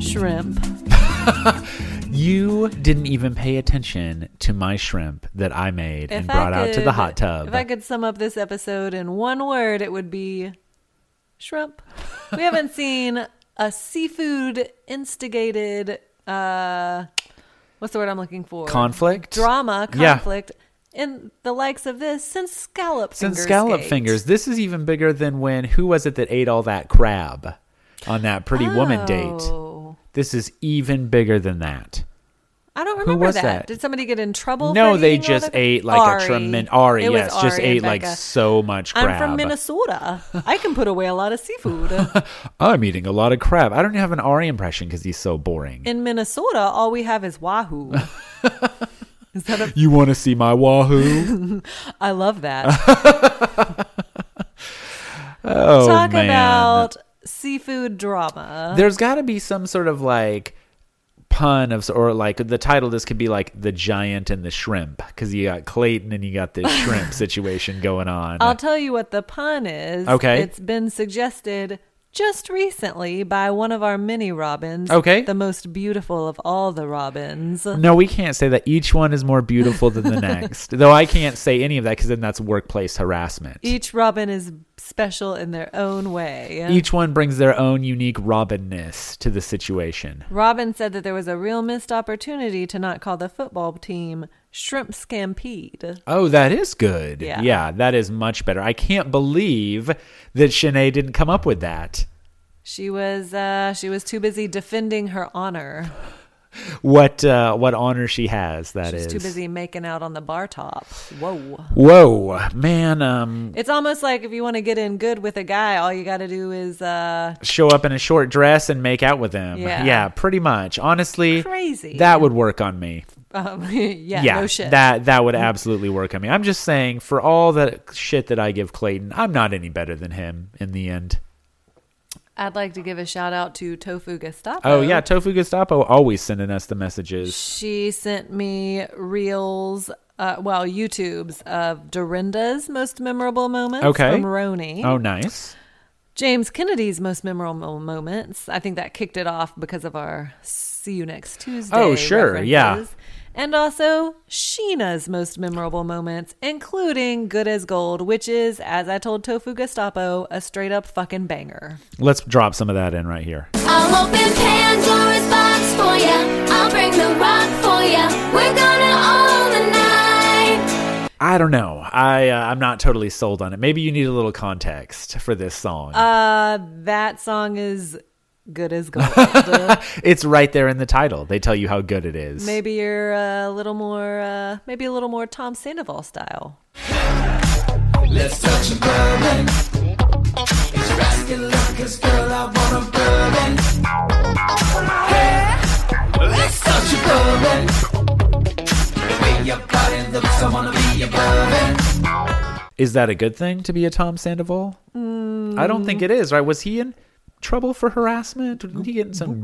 shrimp. You didn't even pay attention to my shrimp that I made and brought out to the hot tub. If I could sum up this episode in one word, it would be shrimp. We haven't seen a seafood instigated uh what's the word I'm looking for? Conflict? Drama, Yeah. conflict in the likes of this since scallop Since fingers. scallop gate. fingers, this is even bigger than when who was it that ate all that crab on that pretty woman date? Oh. This is even bigger than that. I don't remember was that. that? Did somebody get in trouble? no, for they eating all just the- ate like a Ari. tremendous Ari. It was yes, just Ari and ate like Becca. so much crab. I'm from Minnesota. I can put away a lot of seafood. I'm eating a lot of crab. I don't have an Ari impression because he's so boring. In Minnesota, all we have is wahoo. Is that a? you want to see my wahoo? I love that. Oh Talk man. about seafood drama. There's got to be some sort of like pun of or like the title. of This could be like the giant and the shrimp because you got Clayton and you got this shrimp situation going on. I'll tell you what the pun is. Okay. It's been suggested just recently by one of our mini robins. Okay. The most beautiful of all the robins. no, we can't say that each one is more beautiful than the next. Though I can't say any of that because then that's workplace harassment. Each robin is special in their own way. Each one brings their own unique Robinness to the situation. Robin said that there was a real missed opportunity to not call the football team Shrimp Stampede. Oh, that is good. Yeah. that is much better. I can't believe that Shanae didn't come up with that. She was uh, she was too busy defending her honor. What uh, what honor she has, That is. She's too busy making out on the bar top. Whoa. Whoa, man, um It's almost like if you want to get in good with a guy, all you got to do is uh, show up in a short dress and make out with him. Yeah. pretty much. Honestly, Crazy. That would work on me. um, yeah, yeah, no shit. Mm-hmm. that that would absolutely work on me. I'm just saying for all the shit that I give Clayton, I'm not any better than him in the end. I'd like to give a shout out to Tofu Gestapo. Oh yeah, Tofu Gestapo always sending us the messages. She sent me reels, uh, well, YouTubes of Dorinda's most memorable moments Okay. from Roni. Oh nice. James Kennedy's most memorable moments. I think that kicked it off because of our see you next Tuesday. Oh, sure, yeah. references. And also Sheena's most memorable moments, including Good as Gold, which is, as I told Tofu Gestapo, a straight up fucking banger. Let's drop some of that in right here. I'll open Pandora's box for ya. I'll bring the rock for ya. We're gonna own the night. I don't know. I uh, I'm not totally sold on it. Maybe you need a little context for this song. Uh, that song is good as gold. it's right there in the title. They tell you how good it is. maybe you're a little more, uh, maybe a little more Tom Sandoval style. Is that a good thing to be a Tom Sandoval? I don't think it is. Right? Was he in trouble for harassment? Didn't he get in some?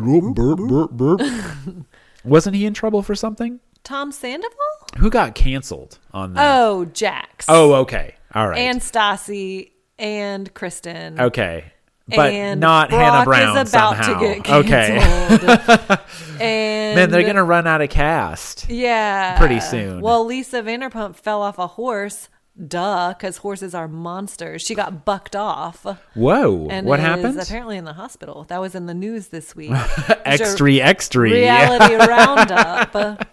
Wasn't he in trouble for something? Tom Sandoval? Who got canceled on that? Oh, Jax. Oh, okay, all right, and Stassi and Kristen. okay, but and not Brock Hannah Brown is about to somehow. get okay, canceled. and man, they're gonna run out of cast. yeah pretty soon. Well, Lisa Vanderpump fell off a horse. Duh, because horses are monsters. She got bucked off. Whoa, And what is happened? Apparently in the hospital. That was in the news this week. Extree, extree. Reality roundup.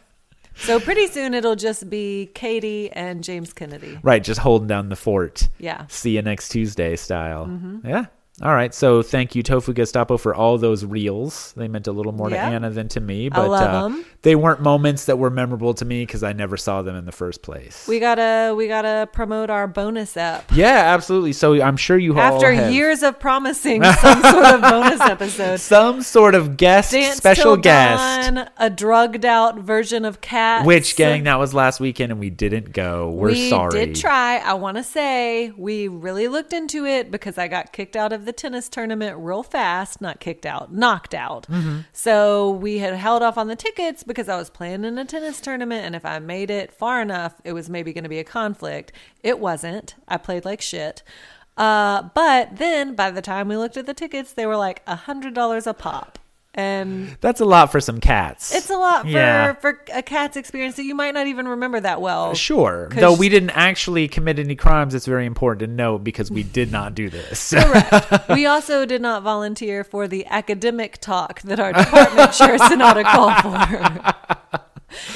So pretty soon it'll just be Katie and James Kennedy. Right, just holding down the fort. Yeah. Mm-hmm. See you next Tuesday style. Yeah. All right. So thank you, Tofu Gestapo, for all those reels. They meant a little more Yeah. to Anna than to me, but love uh, 'em. they weren't moments that were memorable to me because I never saw them in the first place. We gotta we gotta promote our bonus app. yeah, absolutely. So I'm sure you After all have years of promising some sort of bonus episode, some sort of guest, Dance special Till guest. Dawn, a drugged out version of Cats. Which gang? That was last weekend, and we didn't go. We're we sorry. did try. I want to say we really looked into it because I got kicked out of the tennis tournament real fast. Not kicked out, knocked out. Mm-hmm. So we had held off on the tickets because I was playing in a tennis tournament, and if I made it far enough, it was maybe going to be a conflict. It wasn't. I played like shit. Uh, but then by the time we looked at the tickets, they were like a hundred dollars a pop. And That's a lot for some cats. it's a lot for, Yeah. for a cat's experience that you might not even remember that well. Sure. 'Cause- Though we didn't actually commit any crimes, it's very important to note because we did not do this. we also did not volunteer for the academic talk that our department sure did not call for.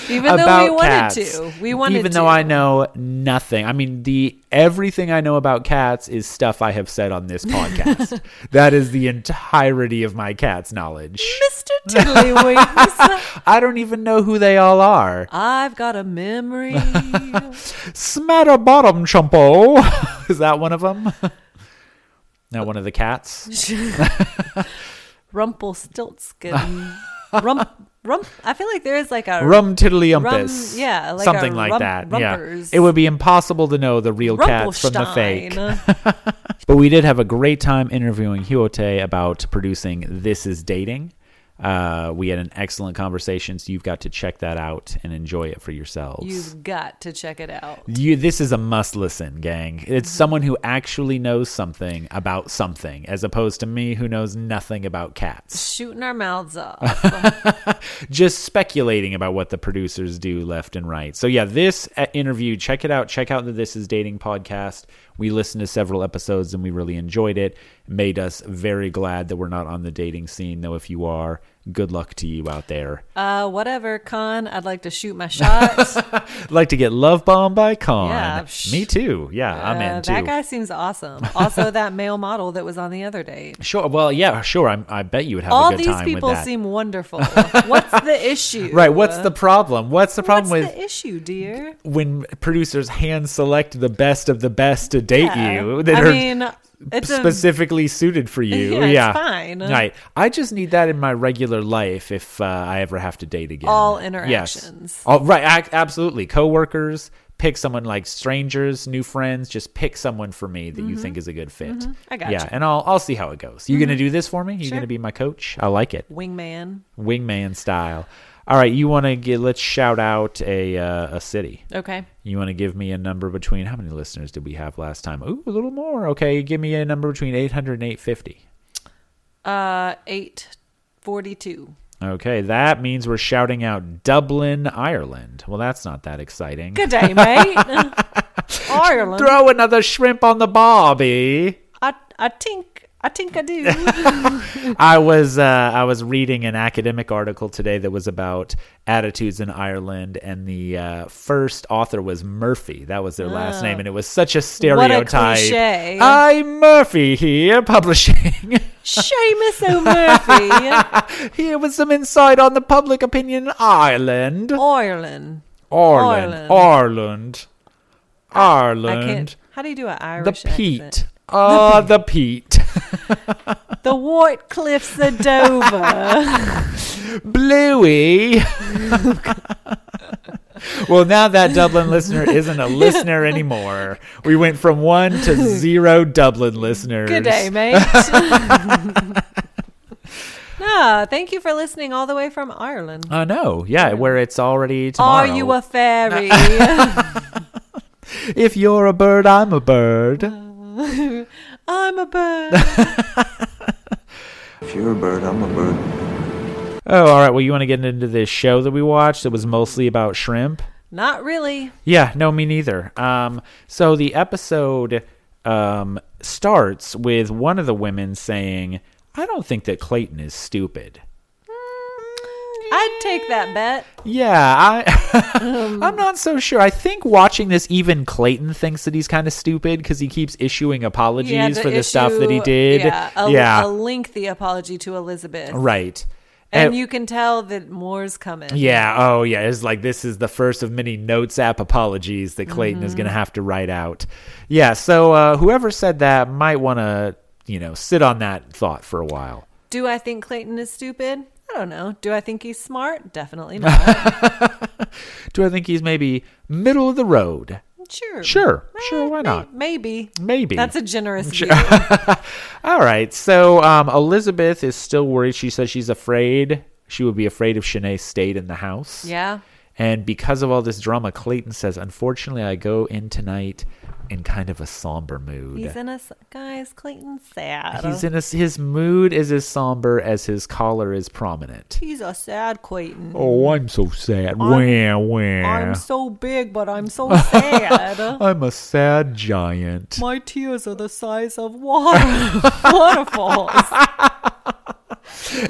Even though we wanted to. We wanted Even to. though I know nothing. I mean, the everything I know about cats is stuff I have said on this podcast. that is the entirety of my cat's knowledge. Mr. Tiddlywinks, I don't even know who they all are. I've got a memory. Smatter bottom chumpo. is that one of them? no, one of the cats. Rumpelstiltskin. Rump, rump. I feel like there is like a Rum tiddly umpus. Rum- yeah, like something a like rum- that. rumpers. Yeah. It would be impossible to know the real cats from the Rumpelstein. fake. But we did have a great time interviewing Hyote about producing This Is Dating. Uh, we had an excellent conversation, so you've got to check that out and enjoy it for yourselves. You've got to check it out. You, this is a must listen, gang. It's Mm-hmm. someone who actually knows something about something, as opposed to me who knows nothing about cats. Shooting our mouths off. Just speculating about what the producers do left and right. So, yeah, this uh, interview, check it out. Check out the This Is Dating podcast. We listened to several episodes and we really enjoyed it. Made us very glad that we're not on the dating scene, though, if you are, good luck to you out there. Uh, whatever, Con. I'd like to shoot my shot. I'd like to get love bombed by Con. Yeah, psh. Me too. Yeah, I'm Uh, in too. That guy seems awesome. Also, that male model that was on the other date. Sure. Well, yeah, sure. I'm, I bet you would have a All good these time with people that. seem wonderful. What's the issue? right. What's the problem? What's the problem What's with the issue, dear? when producers hand select the best of the best to date you that I are mean, it's a- specifically suited for you? Yeah, Yeah, it's fine. Right. I just need that in my regular life if uh, I ever have to date again. All Yes. interactions. All, right. ac- absolutely. Coworkers. Pick someone like strangers, new friends. Just pick someone for me that you think is a good fit. Mm-hmm. I got Yeah, you. and I'll I'll see how it goes. You gonna do this for me? You Sure. gonna be my coach? I like it wingman. wingman style. All right, you want to get? Let's shout out a uh, a city. Okay. You want to give me a number between how many listeners did we have last time? Ooh, a little more. Okay, give me a number between 800 and 850. Uh, eight forty-two. Okay, that means we're shouting out Dublin, Ireland. Well, that's not that exciting. Good day, mate. Ireland. Throw another shrimp on the barbie. I, I think I think I do. I was uh, I was reading an academic article today that was about attitudes in Ireland, and the uh, first author was Murphy. That was their last name, and it was such a Oh. stereotype. cliche. I'm Murphy here, publishing Seamus O'Murphy, here with some insight on the public opinion in Ireland, Ireland. Ireland, Ireland. Ireland, I Ireland. can't. How do you do an The Irish accent? Pete, ah, the Pete. The White Cliffs of Dover. Bluey. well, now that Dublin listener isn't a listener anymore. We went from one to zero Dublin listeners. Good day, mate. no, thank you for listening all the way from Ireland. I know. Yeah, where it's already Are Uh, tomorrow. you a fairy? if you're a bird, I'm a bird. Uh. I'm a bird. If you're a bird, I'm a bird. Oh, all right. Well, you want to get into this show that we watched that was mostly about shrimp? Not really. Yeah, no, me neither. Um, so the episode um, starts with one of the women saying, I don't think that Clayton is stupid. I'd take that bet. Yeah, I Um, I'm not so sure. I think watching this, even Clayton thinks that he's kind of stupid because he keeps issuing apologies Yeah, for the stuff that he issue- did. Yeah, a, yeah, a lengthy apology to Elizabeth. right. And Uh, you can tell that more's coming. yeah, oh yeah, it's like this is the first of many notes app apologies that Clayton is Mm-hmm. going to have to write out. Yeah, so uh, whoever said that might want to, you know, sit on that thought for a while. Do I think Clayton is stupid? I don't know. Do I think he's smart? Definitely not. Do I think he's maybe middle of the road? sure. Sure, Eh, sure, may- why not? Maybe. Maybe. That's a generous view. All right. So um, Elizabeth is still worried. She says she's afraid. She would be afraid if Shanae stayed in the house. Yeah. And because of all this drama, Clayton says, unfortunately, I go in tonight in kind of a somber mood. He's in a s- guys. Clayton's sad. He's in a, his mood is as somber as his collar is prominent. He's a sad Clayton. Oh, I'm so sad. Wah, wah. I'm so big, but I'm so sad. I'm a sad giant. My tears are the size of water waterfalls.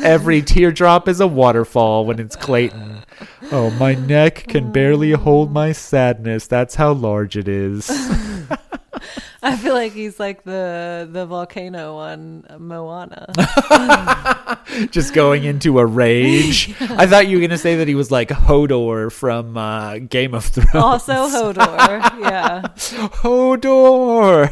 Every teardrop is a waterfall when it's Clayton. Oh, my neck can barely hold my sadness. That's how large it is. I feel like he's like the the volcano on Moana. Just going into a rage. I thought you were going to say that he was like Hodor from uh, Game of Thrones. also Hodor. Yeah. Hodor!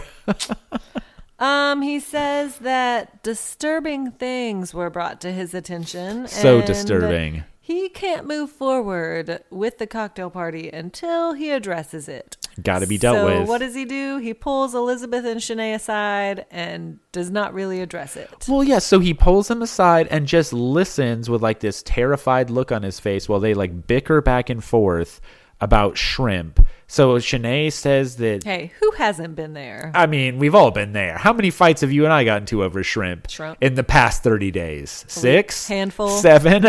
Um, he says that disturbing things were brought to his attention. So and disturbing. He can't move forward with the cocktail party until he addresses it. Gotta be dealt so with. what does he do? He pulls Elizabeth and Shanae aside and does not really address it. Well, yeah, so he pulls him aside and just listens with like this terrified look on his face while they like bicker back and forth about shrimp. So Shanae says that, Hey, who hasn't been there? I mean, we've all been there. How many fights have you and I gotten to over shrimp, Shrimp. in the past 30 days? Six? handful. Seven?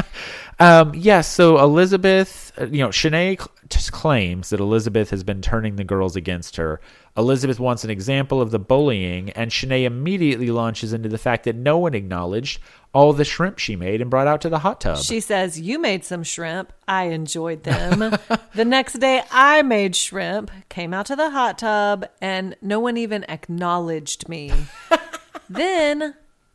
um, yeah, so Elizabeth, uh, you know, Shanae cl- just claims that Elizabeth has been turning the girls against her. Elizabeth wants an example of the bullying, and Shanae immediately launches into the fact that no one acknowledged all the shrimp she made and brought out to the hot tub. She says, You made some shrimp. I enjoyed them. the next day, I made shrimp, came out to the hot tub, and no one even acknowledged me. then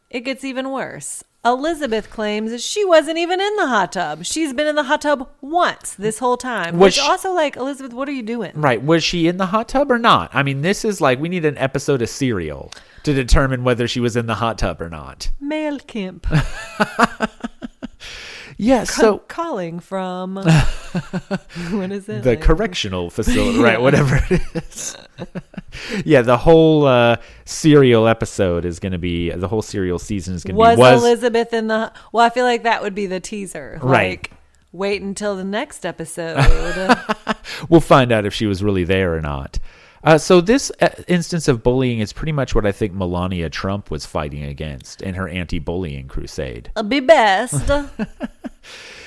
it gets even worse. Elizabeth claims that she wasn't even in the hot tub. She's been in the hot tub once this whole time. Was Which, she- also, like, Elizabeth, what are you doing? Right. Was she in the hot tub or not? I mean, this is like we need an episode of Serial to determine whether she was in the hot tub or not. Male camp Yeah. So calling from. what is it? the Like- correctional facility, right? Whatever it is. yeah. The whole uh, Serial episode is going to be the whole Serial season is going to was, be was Elizabeth in the well? I feel like that would be the teaser. Right. Like, wait until the next episode. we'll find out if she was really there or not. Uh, so this uh, instance of bullying is pretty much what I think Melania Trump was fighting against in her anti-bullying crusade. I'll be best.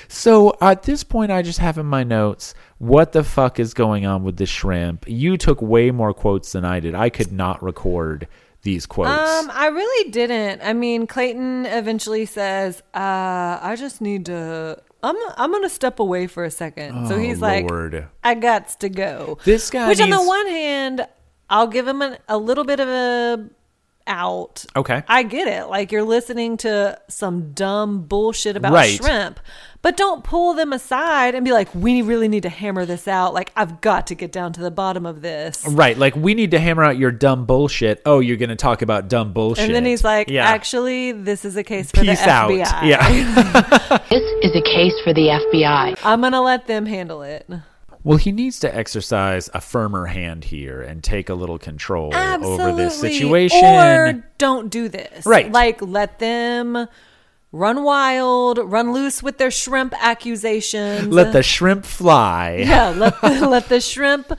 So at this point, I just have in my notes what the fuck is going on with the shrimp. You took way more quotes than I did. I could not record these quotes. Um, I really didn't. I mean, Clayton eventually says, uh, "I just need to. I'm I'm gonna step away for a second. so Oh, he's Lord. like, "I gots to go." This guy which on needs- the one hand, I'll give him an, a little bit of a out. Okay. I get it. Like you're listening to some dumb bullshit about Right. shrimp, but don't pull them aside and be like, "We really need to hammer this out." Like I've got to get down to the bottom of this. right, like we need to hammer out your dumb bullshit. Oh, you're going to talk about dumb bullshit. And then he's like, yeah. actually, this is a case for peace the out. FBI. Yeah. This is a case for the FBI. I'm going to let them handle it. well, he needs to exercise a firmer hand here and take a little control over this situation. Or don't do this. Right. Like, let them run wild, run loose with their shrimp accusations. Let the shrimp fly. yeah, let the, let the shrimp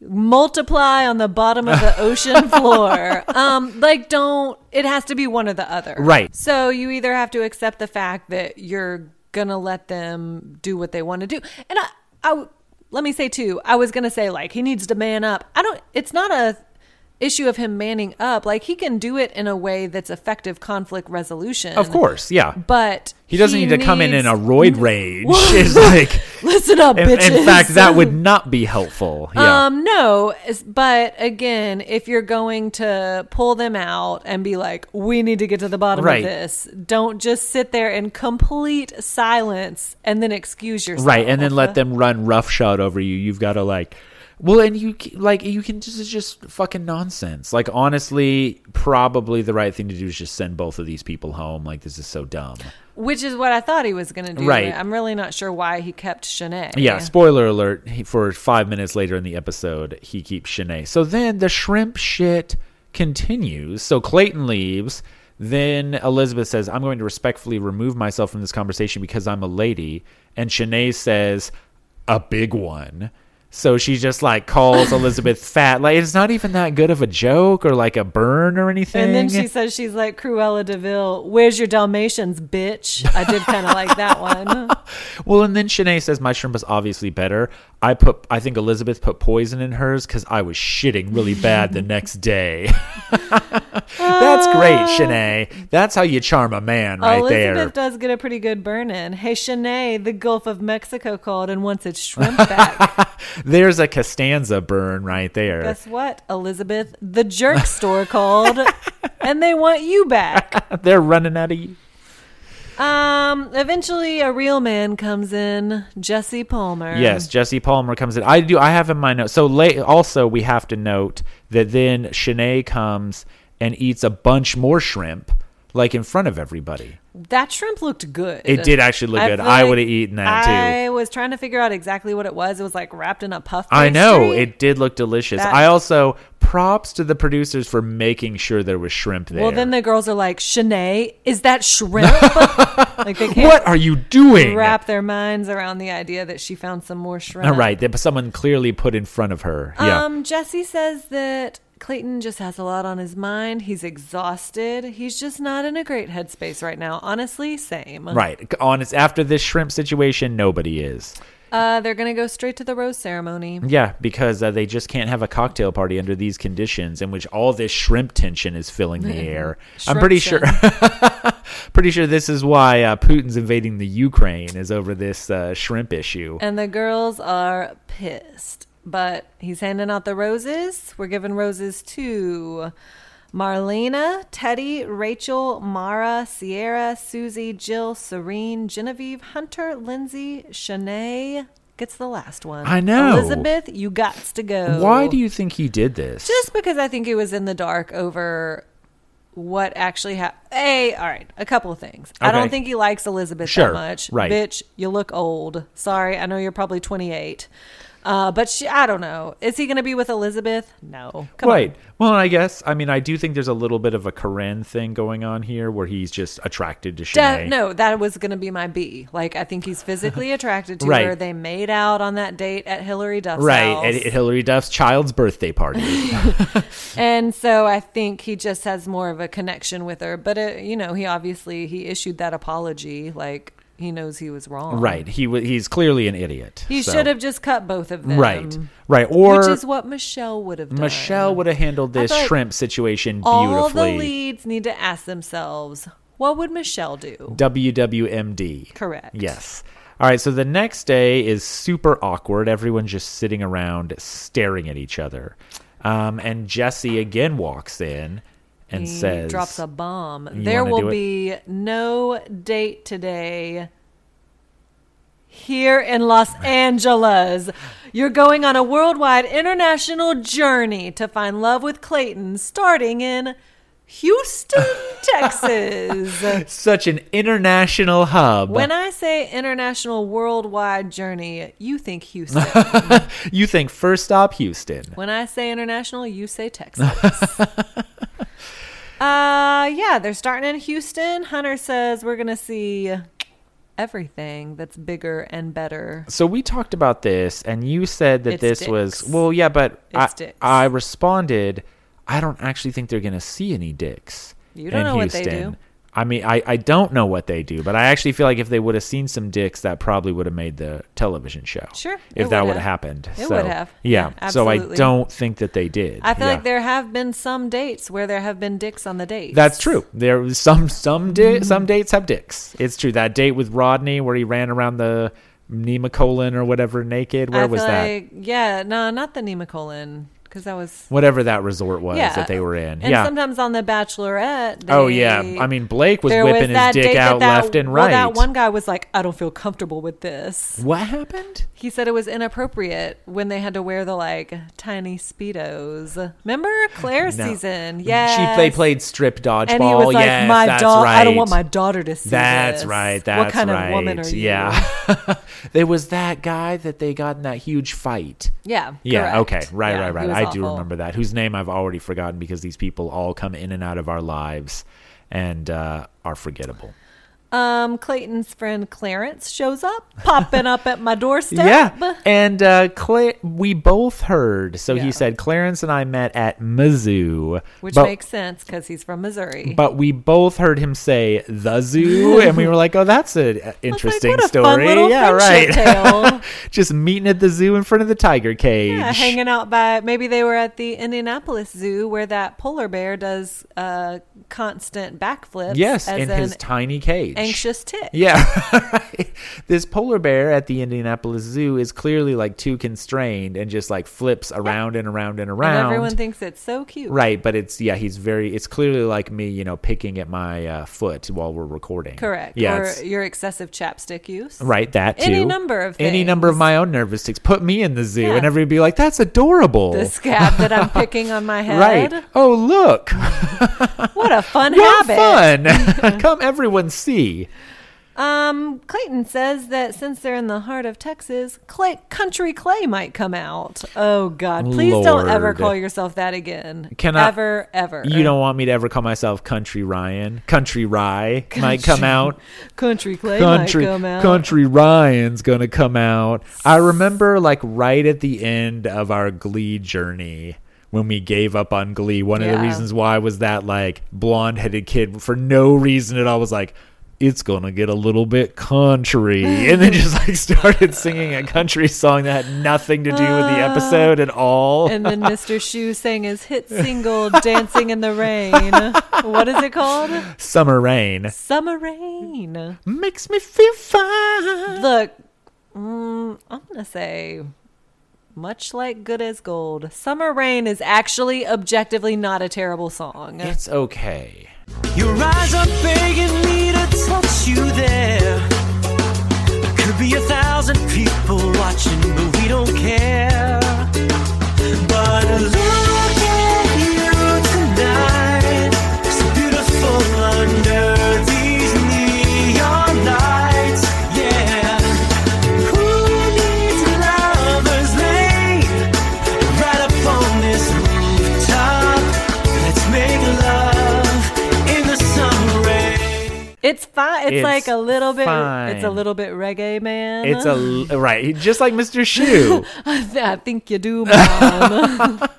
multiply on the bottom of the ocean floor. Um, like, don't. It has to be one or the other. Right. So you either have to accept the fact that you're gonna let them do what they want to do, and I, I w- let me say too. I was gonna say like he needs to man up. I don't. It's not a issue of him manning up. Like he can do it in a way that's effective conflict resolution. Of course, yeah. But He doesn't need to come in needs- in a roid rage. it's like Listen up, In, bitches. in fact, that would not be helpful. Yeah. Um, no, it's- but again, if you're going to pull them out and be like, we need to get to the bottom Right. of this, don't just sit there in complete silence and then excuse yourself. Uh, right, and then let them run roughshod over you. You've got to like, well, and you c- like you can just it's just fucking nonsense. Like honestly, probably the right thing to do is just send both of these people home. Like this is so dumb. Which is what I thought he was going to do. Right. I'm really not sure why he kept Shanae. Yeah. Spoiler alert. He, for five minutes later in the episode, he keeps Shanae. So then the shrimp shit continues. So Clayton leaves. Then Elizabeth says, "I'm going to respectfully remove myself from this conversation because I'm a lady," and Shanae says, "A big one." So she just like calls Elizabeth fat. Like it's not even that good of a joke or like a burn or anything. And then she says she's like Cruella Deville. Where's your Dalmatians, bitch? I did kind of like that one. Well, and then Shanae says my shrimp is obviously better. I put, I think Elizabeth put poison in hers because I was shitting really bad the next day. That's great, Shanae. That's how you charm a man, right Elizabeth there. does get a pretty good burn in. Hey, Shanae, the Gulf of Mexico called and wants its shrimp back. There's a Costanza burn right there. Guess what, Elizabeth? The jerk store called and they want you back. They're running out of you. Um, eventually, a real man comes in, Jesse Palmer. Yes, Jesse Palmer comes in. I do. I have in my notes. So late. Also, we have to note that then Shanae comes and eats a bunch more shrimp, like in front of everybody. That shrimp looked good. It did actually look good. feel I like would have eaten that too. I was trying to figure out exactly what it was. It was like wrapped in a puff. I know pastry. it did look delicious. That- I also props to the producers for making sure there was shrimp there. Well, then the girls are like, Shanae, is that shrimp? like they can't what are you doing? wrap their minds around the idea that she found some more shrimp. All right, that someone clearly put in front of her. Yeah, Um, Jesse says that Clayton just has a lot on his mind. He's exhausted. He's just not in a great headspace right now. Honestly, same. right. On it's after this shrimp situation, nobody is. Uh, they're gonna go straight to the rose ceremony. Yeah, because uh, they just can't have a cocktail party under these conditions in which all this shrimp tension is filling the air. I'm pretty sure. pretty sure this is why uh, Putin's invading the Ukraine is over this uh, shrimp issue. And the girls are pissed. But he's handing out the roses. We're giving roses to Marlena, Teddy, Rachel, Mara, Sierra, Susie, Jill, Serene, Genevieve, Hunter, Lindsay, Shanae gets the last one. I know. Elizabeth, you gots to go. Why do you think he did this? Just because I think he was in the dark over what actually happened. Hey, all right, a couple of things. I Okay. don't think he likes Elizabeth Sure, that much. right. Bitch, you look old. Sorry, I know you're probably 28. Uh, but she, I don't know. Is he going to be with Elizabeth? No. Come right. on. Well, I guess I mean I do think there's a little bit of a Karen thing going on here, where he's just attracted to Duh, Shanae. no, that was going to be my B. Like, I think he's physically attracted to Right. her. They made out on that date at Hillary Duff's Right, house. at, at Hillary Duff's child's birthday party. And so I think he just has more of a connection with her. But it, you know, he obviously he issued that apology, like he knows he was wrong. right, he wa he's clearly an idiot. He so- should have just cut both of them. Right, right, or which is what Michelle would have done. Michelle would have handled this thought shrimp situation All the beautifully. leads need to ask themselves, what would Michelle do? WWMD. Correct. Yes. All right, so the next day is super awkward. Everyone's just sitting around staring at each other. Um, and Jesse again walks in and He says, drops a bomb. You There wanna do will it? be no date today. Here in Los Angeles, you're going on a worldwide international journey to find love with Clayton, starting in Houston, Texas. such an international hub. When I say international worldwide journey, you think Houston. you think first stop Houston. When I say international, you say Texas. uh, yeah, they're starting in Houston. Hunter says we're gonna see everything that's bigger and better. So we talked about this, and you said that It's this dicks. was well, yeah, but I, It's dicks. I responded, I don't actually think they're going to see any dicks. You don't in know what they Houston." do. I mean, I, I don't know what they do, but I actually feel like if they would have seen some dicks, that probably would have made the television show. Sure, it If that would would have have. happened. It So, would have. Yeah. Yeah, so I absolutely. don't think that they did. I feel Yeah. like there have been some dates where there have been dicks on the date. That's true. There was some some Mm-hmm. di- some dates have dicks. It's true. That date with Rodney where he ran around the Nemacolin or whatever naked. Where I was feel that? Like, yeah, no, not the Nemacolin, because that was Whatever that resort was yeah Oh, that they were in. And yeah. sometimes on the Bachelorette. oh they- yeah. I mean Blake was there whipping his that date dick that out that- left and well, right. that one guy was like, "I don't feel comfortable with this." What happened? He said it was inappropriate when they had to wear the like tiny speedos. Remember Claire's No. season? She Yeah, they played strip dodgeball. And he was like, yes, "My that's daughter. right. I don't want my daughter to see That's this. right. That's what kind right. of woman are you? Yeah. there was that guy that they got in that huge fight. yeah, Yeah. correct. Okay. Right. Yeah, right. Right. he was I do awful. remember that. Whose name I've already forgotten because these people all come in and out of our lives and uh, are forgettable. Um, Clayton's friend Clarence shows up, popping up at my doorstep. Yeah. And uh, Cla- we both heard. So Yeah. he said, Clarence and I met at Mizzou. Which but, makes sense because he's from Missouri. But we both heard him say the zoo, and we were like, oh, that's an interesting what a story. fun little yeah, right. friendship tale. Just meeting at the zoo in front of the tiger cage. yeah, hanging out by maybe they were at the Indianapolis Zoo where that polar bear does uh, constant backflips. Yes, as in an his tiny cage. anxious tit. Yeah. this polar bear at the Indianapolis Zoo is clearly like too constrained and just like flips around and around and around. And everyone thinks it's so cute. right, but it's yeah, he's very it's clearly like me, you know, picking at my uh, foot while we're recording. Correct. Yeah. or it's- your excessive chapstick use. Right, that too. Any number of any number of things. my own nervous ticks. Put me in the zoo, Yeah. and everybody would be like, "That's adorable." The scab that I'm picking on my head. right? Oh, look, What a fun what habit. fun! Come, everyone, see. Um, Clayton says that since they're in the heart of Texas, clay, country clay might come out. Oh God! Please don't ever Lord. call yourself that again. Can I- ever ever? You don't want me to ever call myself Country Ryan. Country Rye might come out. Country clay Country might come out. Country Ryan's gonna come out. I remember like right at the end of our Glee journey when we gave up on Glee. One of the Yeah. reasons why was that like blonde headed kid for no reason at all was like. It's gonna get a little bit country, and then just like started singing a country song that had nothing to do with the episode at all. Uh, And then Mr. Shu sang his hit single "Dancing in the Rain." What is it called? Summer rain Summer Rain. makes me feel fine. Look, mm, I'm gonna say. Much like Good as Gold, Summer Rain is actually objectively not a terrible song. It's okay. Your eyes are begging me to touch you there. Could be a thousand people watching, but we don't care. But look at you tonight, so beautiful under these neon lights. Yeah, who needs lovers lane? Right up on this rooftop, let's make love in the summer rain. It's fine. It's, It's like a little bit. It's a fine. little bit reggae, man. It's a right, just like Mr. Shoe. I think you do, mom.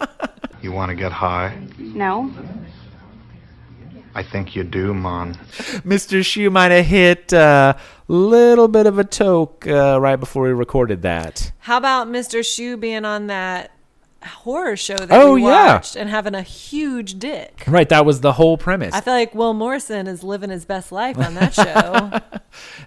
You want to get high? No. I think you do, Mon. Mr. Shoe might have hit a little bit of a toke uh, right before we recorded that. How about Mr. Shu being on that horror show that Oh, we yeah. watched and having a huge dick? Right, that was the whole premise. I feel like Will Morrison is living his best life on that show.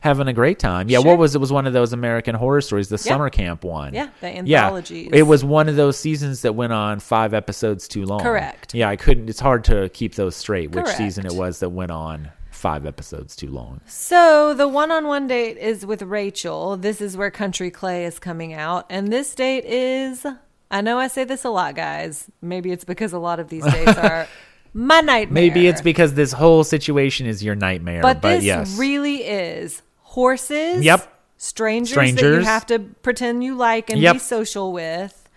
Having a great time. Yeah, Sure. what was it? Was one of those American Horror Stories, the summer camp one? Yeah, the Yeah. anthologies. It was one of those seasons that went on five episodes too long. Correct. Yeah, I couldn't. It's hard to keep those straight. Which Correct. season it was that went on five episodes too long? so the one-on-one date is with Rachel. This is where Country Clay is coming out, and this date is. I know I say this a lot, guys. Maybe it's because a lot of these dates are my nightmare. Maybe it's because this whole situation is your nightmare. But, But this yes, really is horses. Yep. Strangers, that you Strangers. have to pretend you like and be Yep. social with.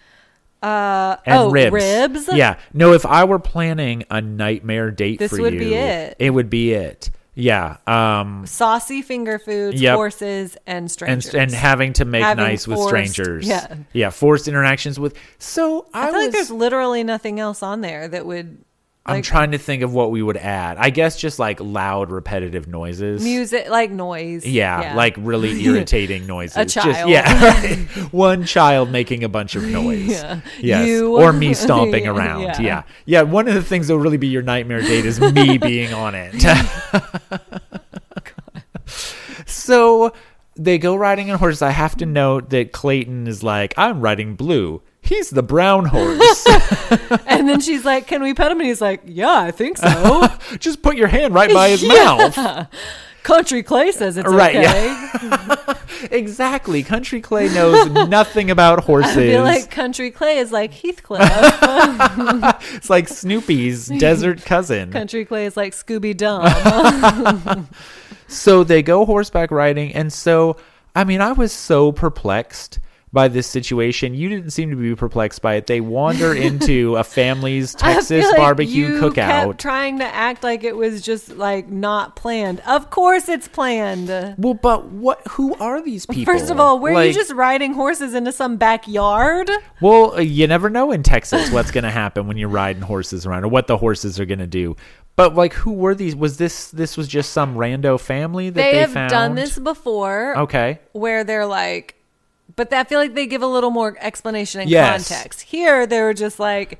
Uh, and oh, ribs. ribs. Yeah. No, if I were planning a nightmare date This for would you, be it. It would be it. Yeah. Um Saucy finger foods, Yep. horses, and and strangers. and having to make Having nice with forced- strangers. yeah. Yeah, forced interactions with So I, I feel was like there's literally nothing else on there that would. I'm like- trying to think of what we would add. I guess just like loud repetitive noises. Music, like noise. Yeah, like really irritating noises. A Just, child. yeah, right. one child making a bunch of noise. Yeah. Yes, You- or me stomping around. Yeah. Yeah. yeah, One of the things that will really be your nightmare date is me being on it. so they go riding on horses. I have to note that Clayton is like, I'm riding blue. He's the brown horse. And then she's like, "Can we pet him?" And he's like, "Yeah, I think so." Just put your hand right by his mouth. Country Clay says it's Right, okay. yeah. Exactly. Country Clay knows nothing about horses. I feel like Country Clay is like Heathcliff. It's like Snoopy's desert cousin. Country Clay is like Scooby Dumb. So they go horseback riding. And so, I mean, I was so perplexed by this situation. You didn't seem to be perplexed by it. They wander into a family's Texas barbecue you cookout. Kept trying to act like it was just like not planned. Of course, it's planned. well, but what? Who are these people? First of all, were Like- you just riding horses into some backyard? Well, uh, you never know in Texas what's going to happen when you're riding horses around or what the horses are going to do. But like, who were these? Was this this was just some rando family that they, They, have found? done this before. Okay, where they're like, but I feel like they give a little more explanation and Yes. context. Here, they were just like,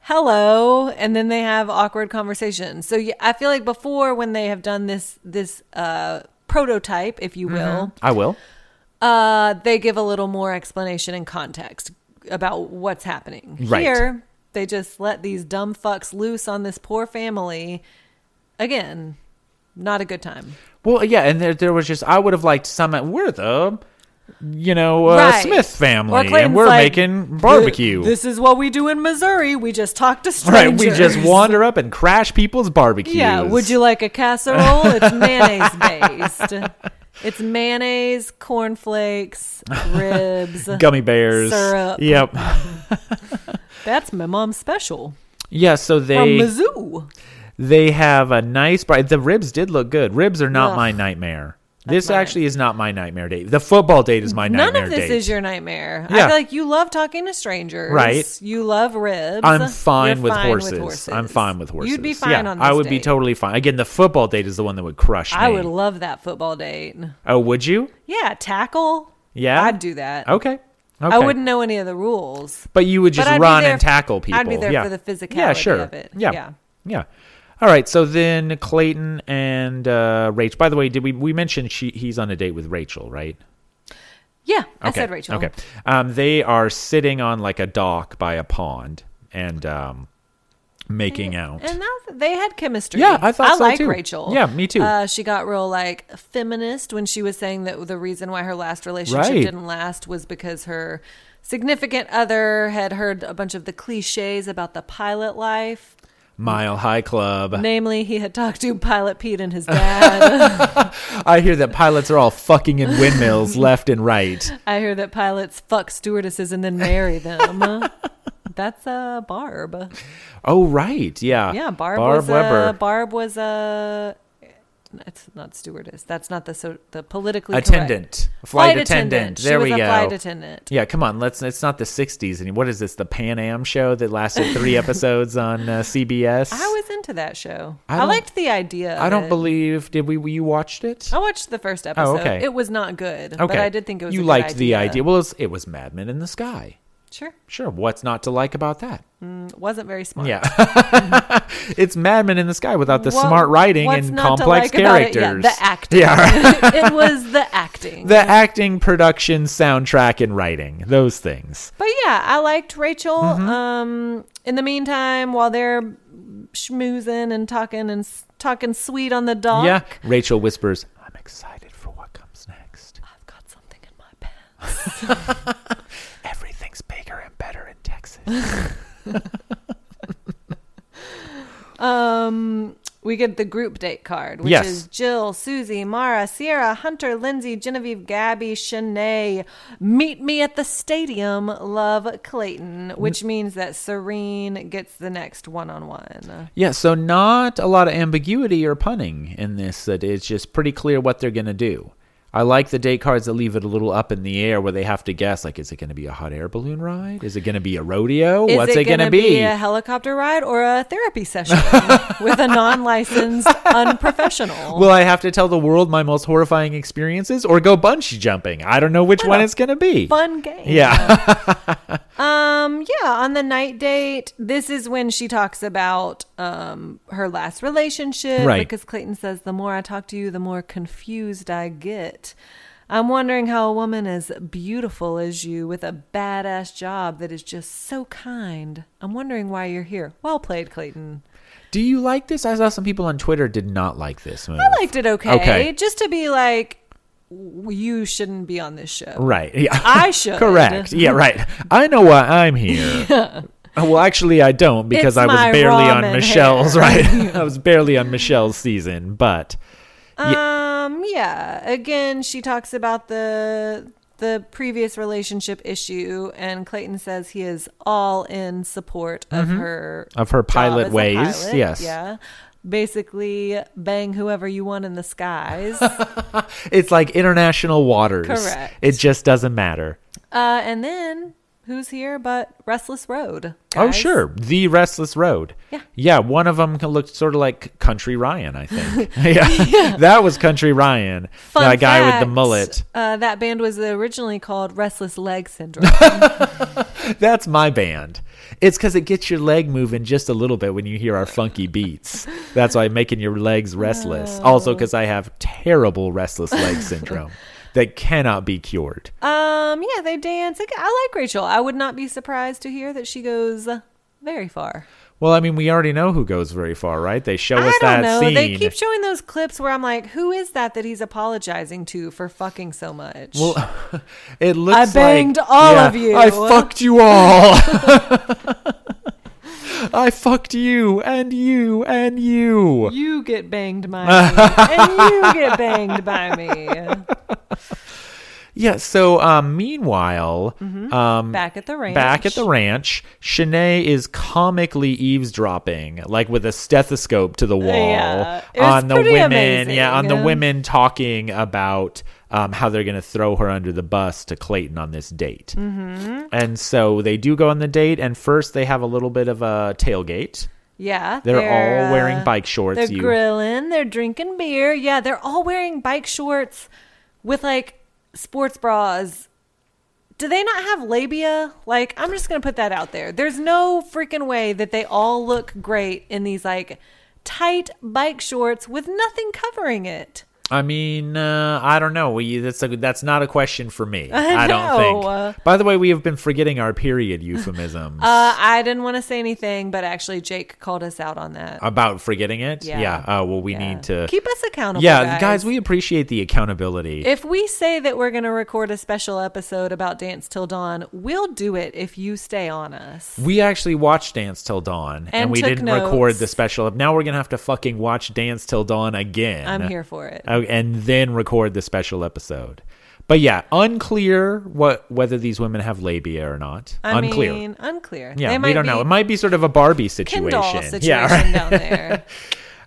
hello, and then they have awkward conversations. So yeah, I feel like before when they have done this, this, uh, prototype if you will I will. Mm-hmm. uh they give a little more explanation and context about what's happening Right. here they just let these dumb fucks loose on this poor family again not a good time Well, yeah, and there, there was just I would have liked some. We're the, you know, uh, Right. Smith Or family, and Clayton's we're like, making barbecue. This is what we do in Missouri. We just talk to strangers. right, we just wander up and crash people's barbecues. Yeah. Would you like a casserole? It's mayonnaise based. It's mayonnaise, cornflakes, ribs. gummy bears? Syrup. Yep. That's my mom's special Yeah. So they from Mizzou. They have a nice bri The ribs did look good. Ribs are not Ugh. my nightmare. This mine. actually is not my nightmare date. The football date is my None nightmare of this date. is your nightmare. Yeah. I feel like you love talking to strangers. Right. You love ribs. I'm fine, You're with, fine horses. I'm fine with horses. You'd be fine Yeah, on this I would be date. totally fine. Again, the football date is the one that would crush me. I would love that football date. oh, would you? Yeah, tackle. Yeah. I'd do that. Okay. okay. I wouldn't know any of the rules. But you would just I'd be run there and for- tackle I'd be people. there yeah. for the physicality yeah, sure. of it. Yeah. yeah. Yeah. All right. So then Clayton and uh, Rach. By the way, did we we mentioned she he's on a date with Rachel, right? Yeah, I said Rachel. Okay. Um, they are sitting on like a dock by a pond and um, making out. And that, they had chemistry. Yeah, I thought I so, like too. Rachel. Yeah, me too. Uh, she got real like feminist when she was saying that the reason why her last relationship Right. didn't last was because her significant other had heard a bunch of the cliches about the pilot life. Mile High Club. Namely, he had talked to Pilot Pete and his dad. I hear that pilots are all fucking in windmills left and right. I hear that pilots fuck stewardesses and then marry them. That's uh, Barb. Oh, right. Yeah. Yeah, Barb, was a Barb was a. That's not stewardess. That's not the so, the politically correct- attendant. Flight, attendant. She There was we a go. Flight attendant. Yeah, come on. Let's. It's not the '60s anymore. What is this? The Pan Am show that lasted three episodes on uh, CBS. I was into that show. I I, don't- liked the idea. of I don't it. believe. Did we? You watched it? I watched the first episode. okay. It was not good, but I did think it was. You a good liked the idea. Well, it was, it was Mad Men in the Sky. Sure, Sure, what's not to like about that? It wasn't very smart. Yeah, it's Mad Men in the Sky without the Well, smart writing what's and not to like complex about it? characters. Yeah, the acting. it was the acting. the acting, production, soundtrack, and writing. Those things. But yeah, I liked Rachel. Mm-hmm. Um, in the meantime, while they're schmoozing and talking and s- talking sweet on the dock, Yeah, Rachel whispers, "I'm excited for what comes next. I've got something in my pants. Everything's bigger and better in Texas." Um, we get the group date card, which Yes. is Jill, Susie, Mara, Sierra, Hunter, Lindsay, Genevieve, Gabby, Shanae. Meet me at the stadium. Love Clayton, Mm. which means that Serene gets the next one on one. yeah, so not a lot of ambiguity or punning in this. That it's just pretty clear what they're gonna do. I like the date cards that leave it a little up in the air, where they have to guess. Like, is it going to be a hot air balloon ride? Is it going to be a rodeo? Is What's it, it, going to gonna be? a helicopter ride or a therapy session with a non-licensed unprofessional? Will I have to tell the world my most horrifying experiences or go bungee jumping? I don't know which one a it's going to be. Fun game. yeah. Um. Yeah. On the night date, this is when she talks about um her last relationship. Right. Because Clayton says, "The more I talk to you, the more confused I get." I'm wondering how a woman as beautiful as you with a badass job that is just so kind. I'm wondering why you're here. Well played, Clayton. Do you like this? I saw some people on Twitter did not like this move. I liked it okay. Okay. Just to be like, w- you shouldn't be on this show. Right. Yeah. I should. Correct. Yeah, right. I know why I'm here. Oh, Well, actually, I don't because It's I was my barely on ramen Michelle's, hair. right? I was barely on Michelle's season, but Um. Yeah. Again, she talks about the the previous relationship issue, and Clayton says he is all in support of her Mm-hmm. Of her job pilot as a ways, pilot. yes. yeah. Basically, bang whoever you want in the skies. Uh, It's like international waters. Correct. It just doesn't matter. Uh, and then who's here but Restless Road? Oh, guys? sure. The Restless Road. Yeah. Yeah. One of them looked sort of like Country Ryan, I think. yeah. That was Country Ryan. Fun that guy with fact, the mullet. Uh, that band was originally called Restless Leg Syndrome. That's my band. It's because it gets your leg moving just a little bit when you hear our funky beats. That's why I'm making your legs restless. Oh. Also, because I have terrible restless leg syndrome that cannot be cured. um, yeah, they dance. Like, I like Rachel. I would not be surprised to hear that she goes very far. Well, I mean, we already know who goes very far, right? They show I us don't that know. scene. They keep showing those clips where I'm like, who is that that he's apologizing to for fucking so much? Well, It looks I banged like- all of you. I fucked you all. I fucked you and you and you. you get banged by me, and you get banged by me. Yeah. So, um, meanwhile, um, Mm-hmm. Back at the ranch. back at the ranch, Shanae is comically eavesdropping, like with a stethoscope to the wall Yeah. It was on the pretty women. amazing. Yeah, on the Um, women talking about um, how they're going to throw her under the bus to Clayton on this date. Mm-hmm. And so they do go on the date, and first they have a little bit of a tailgate. Yeah. They're all wearing uh, bike shorts, They're you- grilling. They're drinking beer. Yeah, they're all wearing bike shorts with like sports bras. Do they not have labia? Like, I'm just going to put that out there. There's no freaking way that they all look great in these like tight bike shorts with nothing covering it. I mean, uh, I don't know. We, that's a, that's not a question for me. I, I don't know. think. By the way, we have been forgetting our period euphemisms. Uh, I didn't want to say anything, but actually, Jake called us out on that. about forgetting it yeah, Yeah. Uh, well we Yeah. need to keep us accountable. yeah guys. we appreciate the accountability If we say that we're going to record a special episode about Dance Till Dawn, we'll do it if you stay on us. we actually watched dance till dawn and, And we took didn't record the notes. special ep- now we're gonna have to fucking watch dance till dawn again I'm here for it. Oh, and then record the special episode but yeah unclear what whether these women have labia or not I unclear mean, unclear. yeah They we don't be know it might be sort of a barbie Ken situation doll situation yeah right. Um, down there.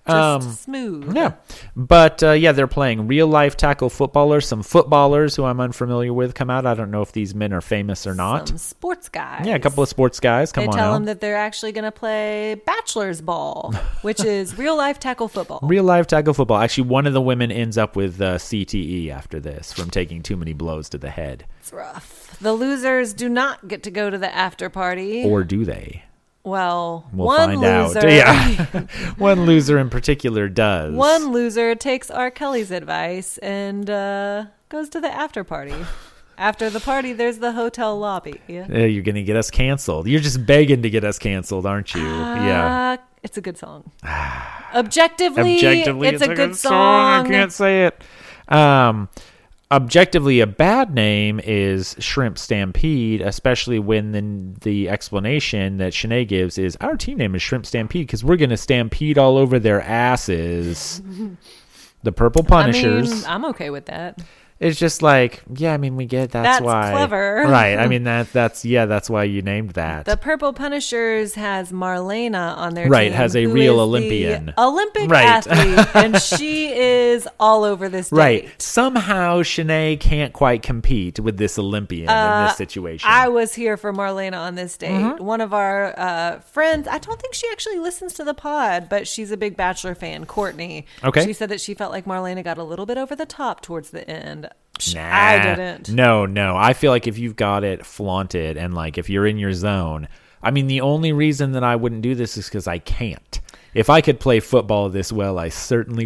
Just smooth. Yeah. But uh, yeah, they're playing real life tackle footballers. Some footballers who I'm unfamiliar with come out. I don't know if these men are famous or not. Some sports guys. yeah, a couple of sports guys come They on tell out. them that they're actually going to play bachelor's ball, which is real life tackle football. real life tackle football. Actually, one of the women ends up with uh, CTE after this from taking too many blows to the head. It's rough. The losers do not get to go to the after party. Or do they? well, We'll one find loser. out. Yeah. one loser in particular does. One loser takes R. Kelly's advice and uh, goes to the after party. After the party, there's the hotel lobby. Uh, You're going to get us canceled. You're just begging to get us canceled, aren't you? yeah. Uh, it's a good song. Objectively, objectively it's, a, good, song. I can't say it. Um, objectively, a bad name is Shrimp Stampede, especially when the the explanation that Shanae gives is our team name is Shrimp Stampede because we're gonna stampede all over their asses. The Purple I Punishers. mean, I'm okay with that. it's just like, yeah, I mean, we get that's, That's why clever. right? I mean, that that's yeah, that's why you named that. The Purple Punishers has Marlena on their Right, team, has a who real is the Olympian. Olympic Right. athlete, and she is all over this. Date. Right. Somehow Shanae can't quite compete with this Olympian in this situation. Uh, I was here for Marlena on this date. Mm-hmm. One of our uh, friends, I don't think she actually listens to the pod, but she's a big Bachelor fan, Courtney. Okay. She said that she felt like Marlena got a little bit over the top towards the end. Psh, Nah. I didn't. No, no. I feel like if you've got it flaunted and like if you're in your zone, I mean, the only reason that I wouldn't do this is because I can't. If I could play football this well, I certainly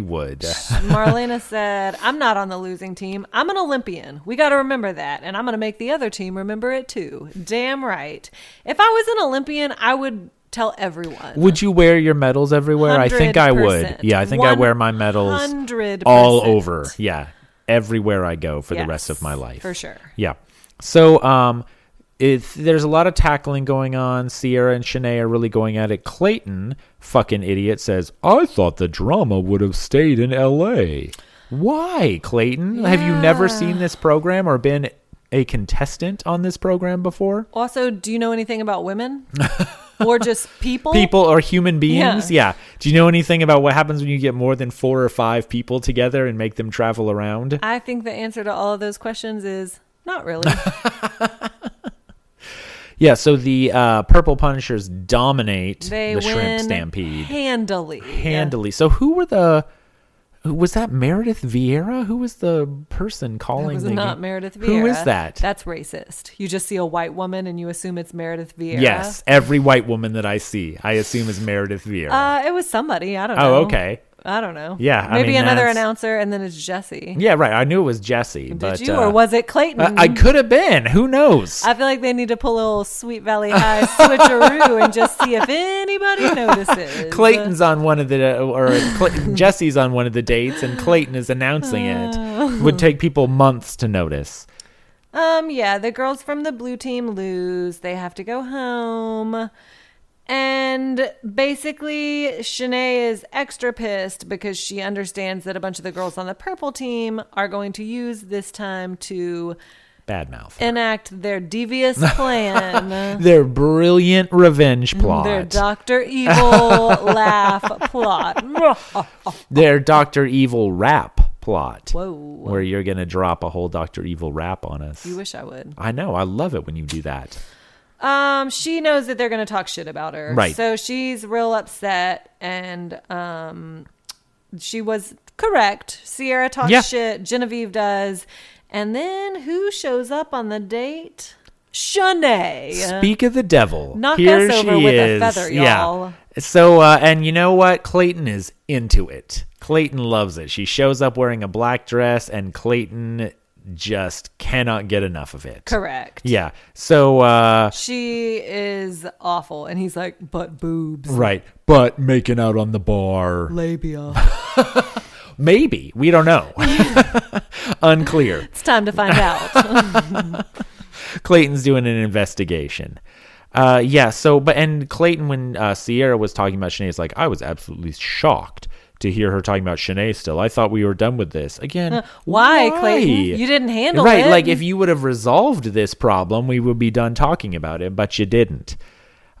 would. Marlena said, I'm not on the losing team. I'm an Olympian. We got to remember that. And I'm going to make the other team remember it too. Damn right. If I was an Olympian, I would tell everyone. would you wear your medals everywhere? I think I would. 100%. Yeah, I think I wear my medals 100%. all over. Yeah, everywhere I go for the rest Yes, of my life. for sure. Yeah. So um, it, there's a lot of tackling going on. Sierra and Shanae are really going at it. Clayton, fucking idiot, says, I thought the drama would have stayed in L.A. Why, Clayton? Have you never seen this program or been a contestant on this program before. Also, do you know anything about women or just people? People or human beings? Yeah. Do you know anything about what happens when you get more than four or five people together and make them travel around? I think the answer to all of those questions is not really. Yeah, so the uh, Purple Punishers dominate They the win Shrimp Stampede handily. Yeah. handily. So who were the. Was that Meredith Vieira? Who was the person calling? That was the not game? Meredith Vieira. Who is that? That's racist. You just see a white woman and you assume it's Meredith Vieira. Yes, every white woman that I see, I assume is Meredith Vieira. Uh, it was somebody. I don't know. oh, okay. I don't know. Yeah, I Maybe mean, another that's- announcer and then it's Jesse. Yeah, right. I knew it was Jesse. Did but, you uh, or was it Clayton? I, I could have been. Who knows? I feel like they need to pull a little Sweet Valley High switcheroo and just see if anybody notices. Clayton's on one of the, or Cl- Jesse's on one of the dates, and Clayton is announcing Uh. it. Would take people months to notice. Um, yeah, the girls from the blue team lose. They have to go home. And basically, Shanae is extra pissed because she understands that a bunch of the girls on the purple team are going to use this time to Bad mouth. enact their devious plan. Their brilliant revenge plot. Mm, Their Dr. Evil laugh plot. Their Doctor Evil rap plot. Whoa. Where you're gonna drop a whole Doctor Evil rap on us. you wish I would. I know. I love it when you do that. Um, she knows that they're gonna talk shit about her. Right. So she's real upset and um she was correct. Sierra talks Yeah. shit, Genevieve does. And then who shows up on the date? Shanae. Speak of the devil. Knock Here us she over with a is. feather, y'all. Yeah. So, uh, and you know what? Clayton is into it. Clayton loves it. She shows up wearing a black dress, and Clayton just cannot get enough of it. Correct. Yeah. So, uh, She is awful. And he's like, but boobs. right. But making out on the bar. Labia. Maybe. We don't know. Unclear. It's time to find out. Clayton's doing an investigation. Uh, yeah. So, but and Clayton, when uh, Sierra was talking about Shanae, is like, I was absolutely shocked to hear her talking about Shanae. Still, I thought we were done with this. Again, Uh, why, Clayton? You didn't handle right. it. Like, if you would have resolved this problem, we would be done talking about it. But you didn't.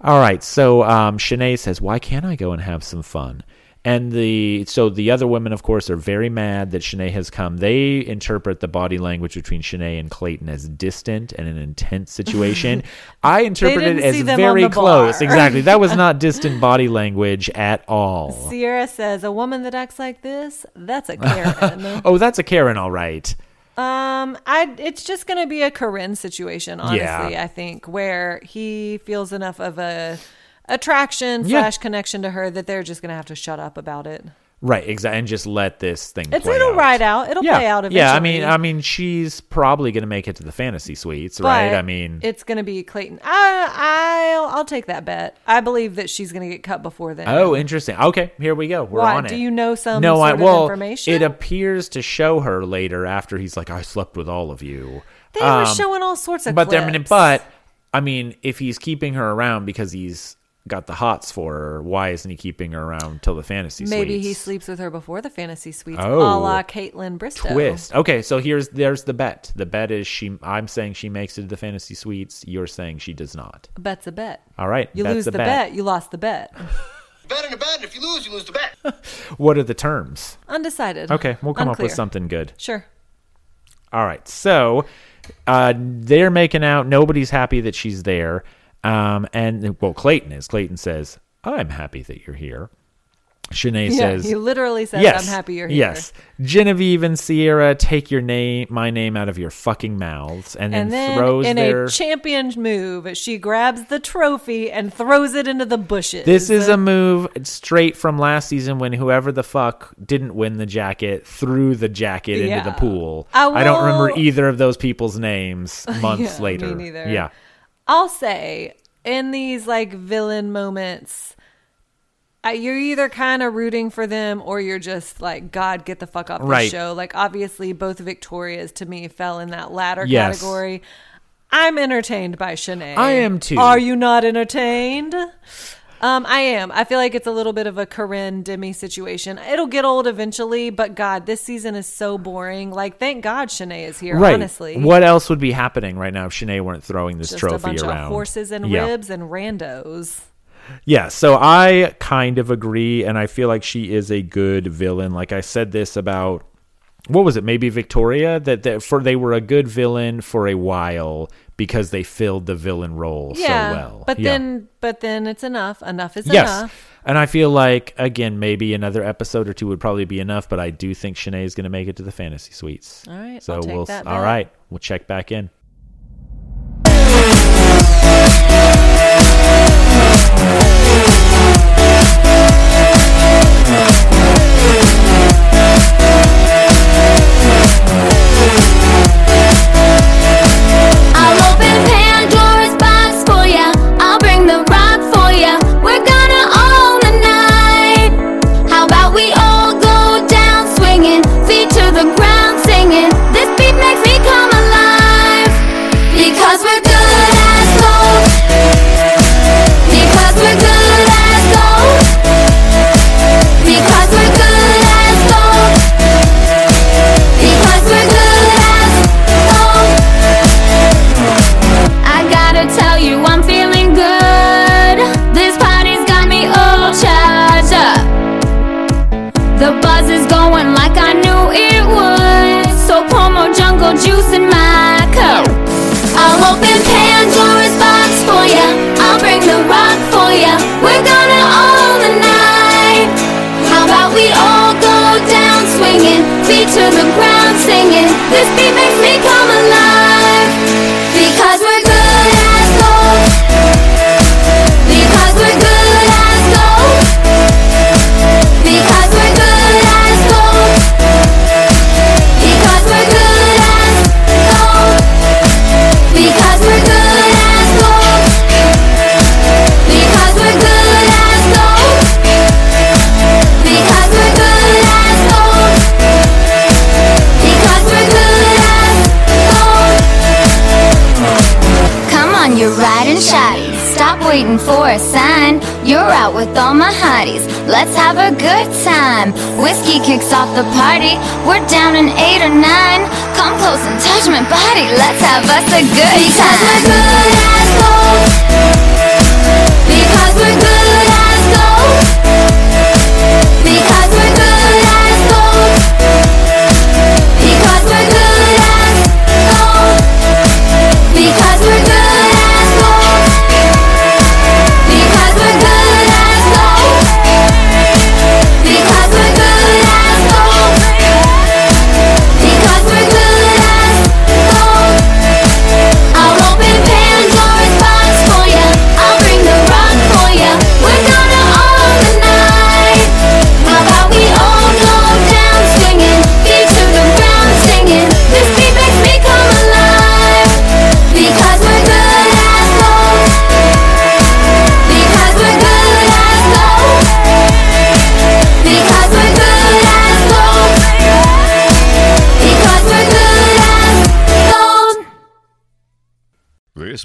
All right. So, um, Shanae says, "Why can't I go and have some fun?" And the so the other women, of course, are very mad that Shanae has come. They interpret the body language between Shanae and Clayton as distant and an intense situation. I interpret it didn't as see them on very the close. bar. Exactly. That was not distant body language at all. Sierra says, a woman that acts like this, that's a Karen. Oh, that's a Karen, all right. Um, I it's just gonna be a Corinne situation, honestly. Yeah. I think where he feels enough of a attraction Yeah. slash connection to her that they're just gonna have to shut up about it. Right, exactly. And just let this thing. It's play it'll out. ride out. It'll yeah, play out eventually. yeah. I mean, I mean, she's probably going to make it to the fantasy suites, right? But I mean, it's gonna be Clayton. I I'll, I'll take that bet. I believe that she's gonna get cut before then. Oh, interesting. Okay, here we go. We're Why? on it. Do you know some no, I, sort of well, information? It uh, appears to show her later after he's like, I slept with all of you. they were Um, showing all sorts of But clips. they're but I mean, if he's keeping her around because he's got the hots for her, why isn't he keeping her around till the fantasy maybe he suites? sleeps with her before the fantasy suites, Oh. a la Caitlin Bristow. Twist. Okay, so here's there's the bet. The bet is she. I'm saying she makes it to the fantasy suites. You're saying she does not. Bet's a bet. All right, You that's lose the the bet. You lost the bet. Bet and a bet, and if you lose, you lose the bet. What are the terms? Undecided. Okay, we'll come up with Unclear. something good. Sure. All right. So uh, they're making out. Nobody's happy that she's there. Um, and, well, Clayton is. Clayton says, I'm happy that you're here. Shanae says, he literally says, Yes. "I'm happy you're here." Yes. Genevieve and Sierra take your name, my name out of your fucking mouths, and then, And then, throws in their. a champion move, she grabs the trophy and throws it into the bushes. This is a move straight from last season when whoever the fuck didn't win the jacket threw the jacket Yeah. into the pool. I don't will- remember either of those people's names months me later. neither. Yeah. I'll say in these like villain moments. I, you're either kind of rooting for them or you're just like, God, get the fuck off the Right. show. Like, obviously, both Victorias to me fell in that latter Yes. category. I'm entertained by Shanae. I am too. Are you not entertained? Um, I am. I feel like it's a little bit of a Corinne Demi situation. It'll get old eventually, but God, this season is so boring. Like, thank God Shanae is here. Right. Honestly, What else would be happening right now if Shanae weren't throwing this just trophy a bunch around? of horses and Yeah. ribs and randos. Yeah, so I kind of agree, and I feel like she is a good villain. Like I said this about what was it? Maybe Victoria that, that for they were a good villain for a while because they filled the villain role Yeah, so well. but Yeah. then, but then it's enough. Enough is yes. enough. And I feel like again, maybe another episode or two would probably be enough. But I do think Shanae is going to make it to the fantasy suites. All right, so I'll take we'll that all bet. right, we'll check back in. I'll open Pandora's box for ya. I'll bring the rock for ya. We're gonna own the night. How about we all go down swinging, feet to the ground singing? This beat makes me come alive. Because we're good as gold. Because we're good as gold. Because we're good as gold. Because we're good as gold. I gotta tell you, I'm feeling good. This party's got me all charged up. The buzz is going like I knew it would. So pour more jungle juice in my cup. I'll open Pandora's box for ya. I'll bring the rock for ya. We're gonna own the night. How about we all go down swinging, feet to the ground singing? This beat makes me come alive. Because we're good as gold. Because we're good as gold. Because we're good as gold. Because we're good as gold. Because we're good as gold. Because we're good as gold. Because we're good as gold. Because we're good as gold. Come on, you're riding shoddy. Stop waiting for a sign. You're out with all my hotties. Let's have a good time. Whiskey kicks off the party. We're down in eight or nine. Come close and touch my body. Let's have us a good time. Because we're good as gold. Because we're good as gold. Because we're good as gold. Because we're good as gold. Because we're good as gold. Because we're good as gold. Because we're good as gold. Because we're good as gold. I'll open Pandora's box for ya. I'll bring the rock for ya. We're gonna own the night. How about we all go down swinging, feet to the ground singing? This beat makes me come alive. Because we're good as gold. Because we're good as gold. Because we're good as gold. Because we're good as gold. This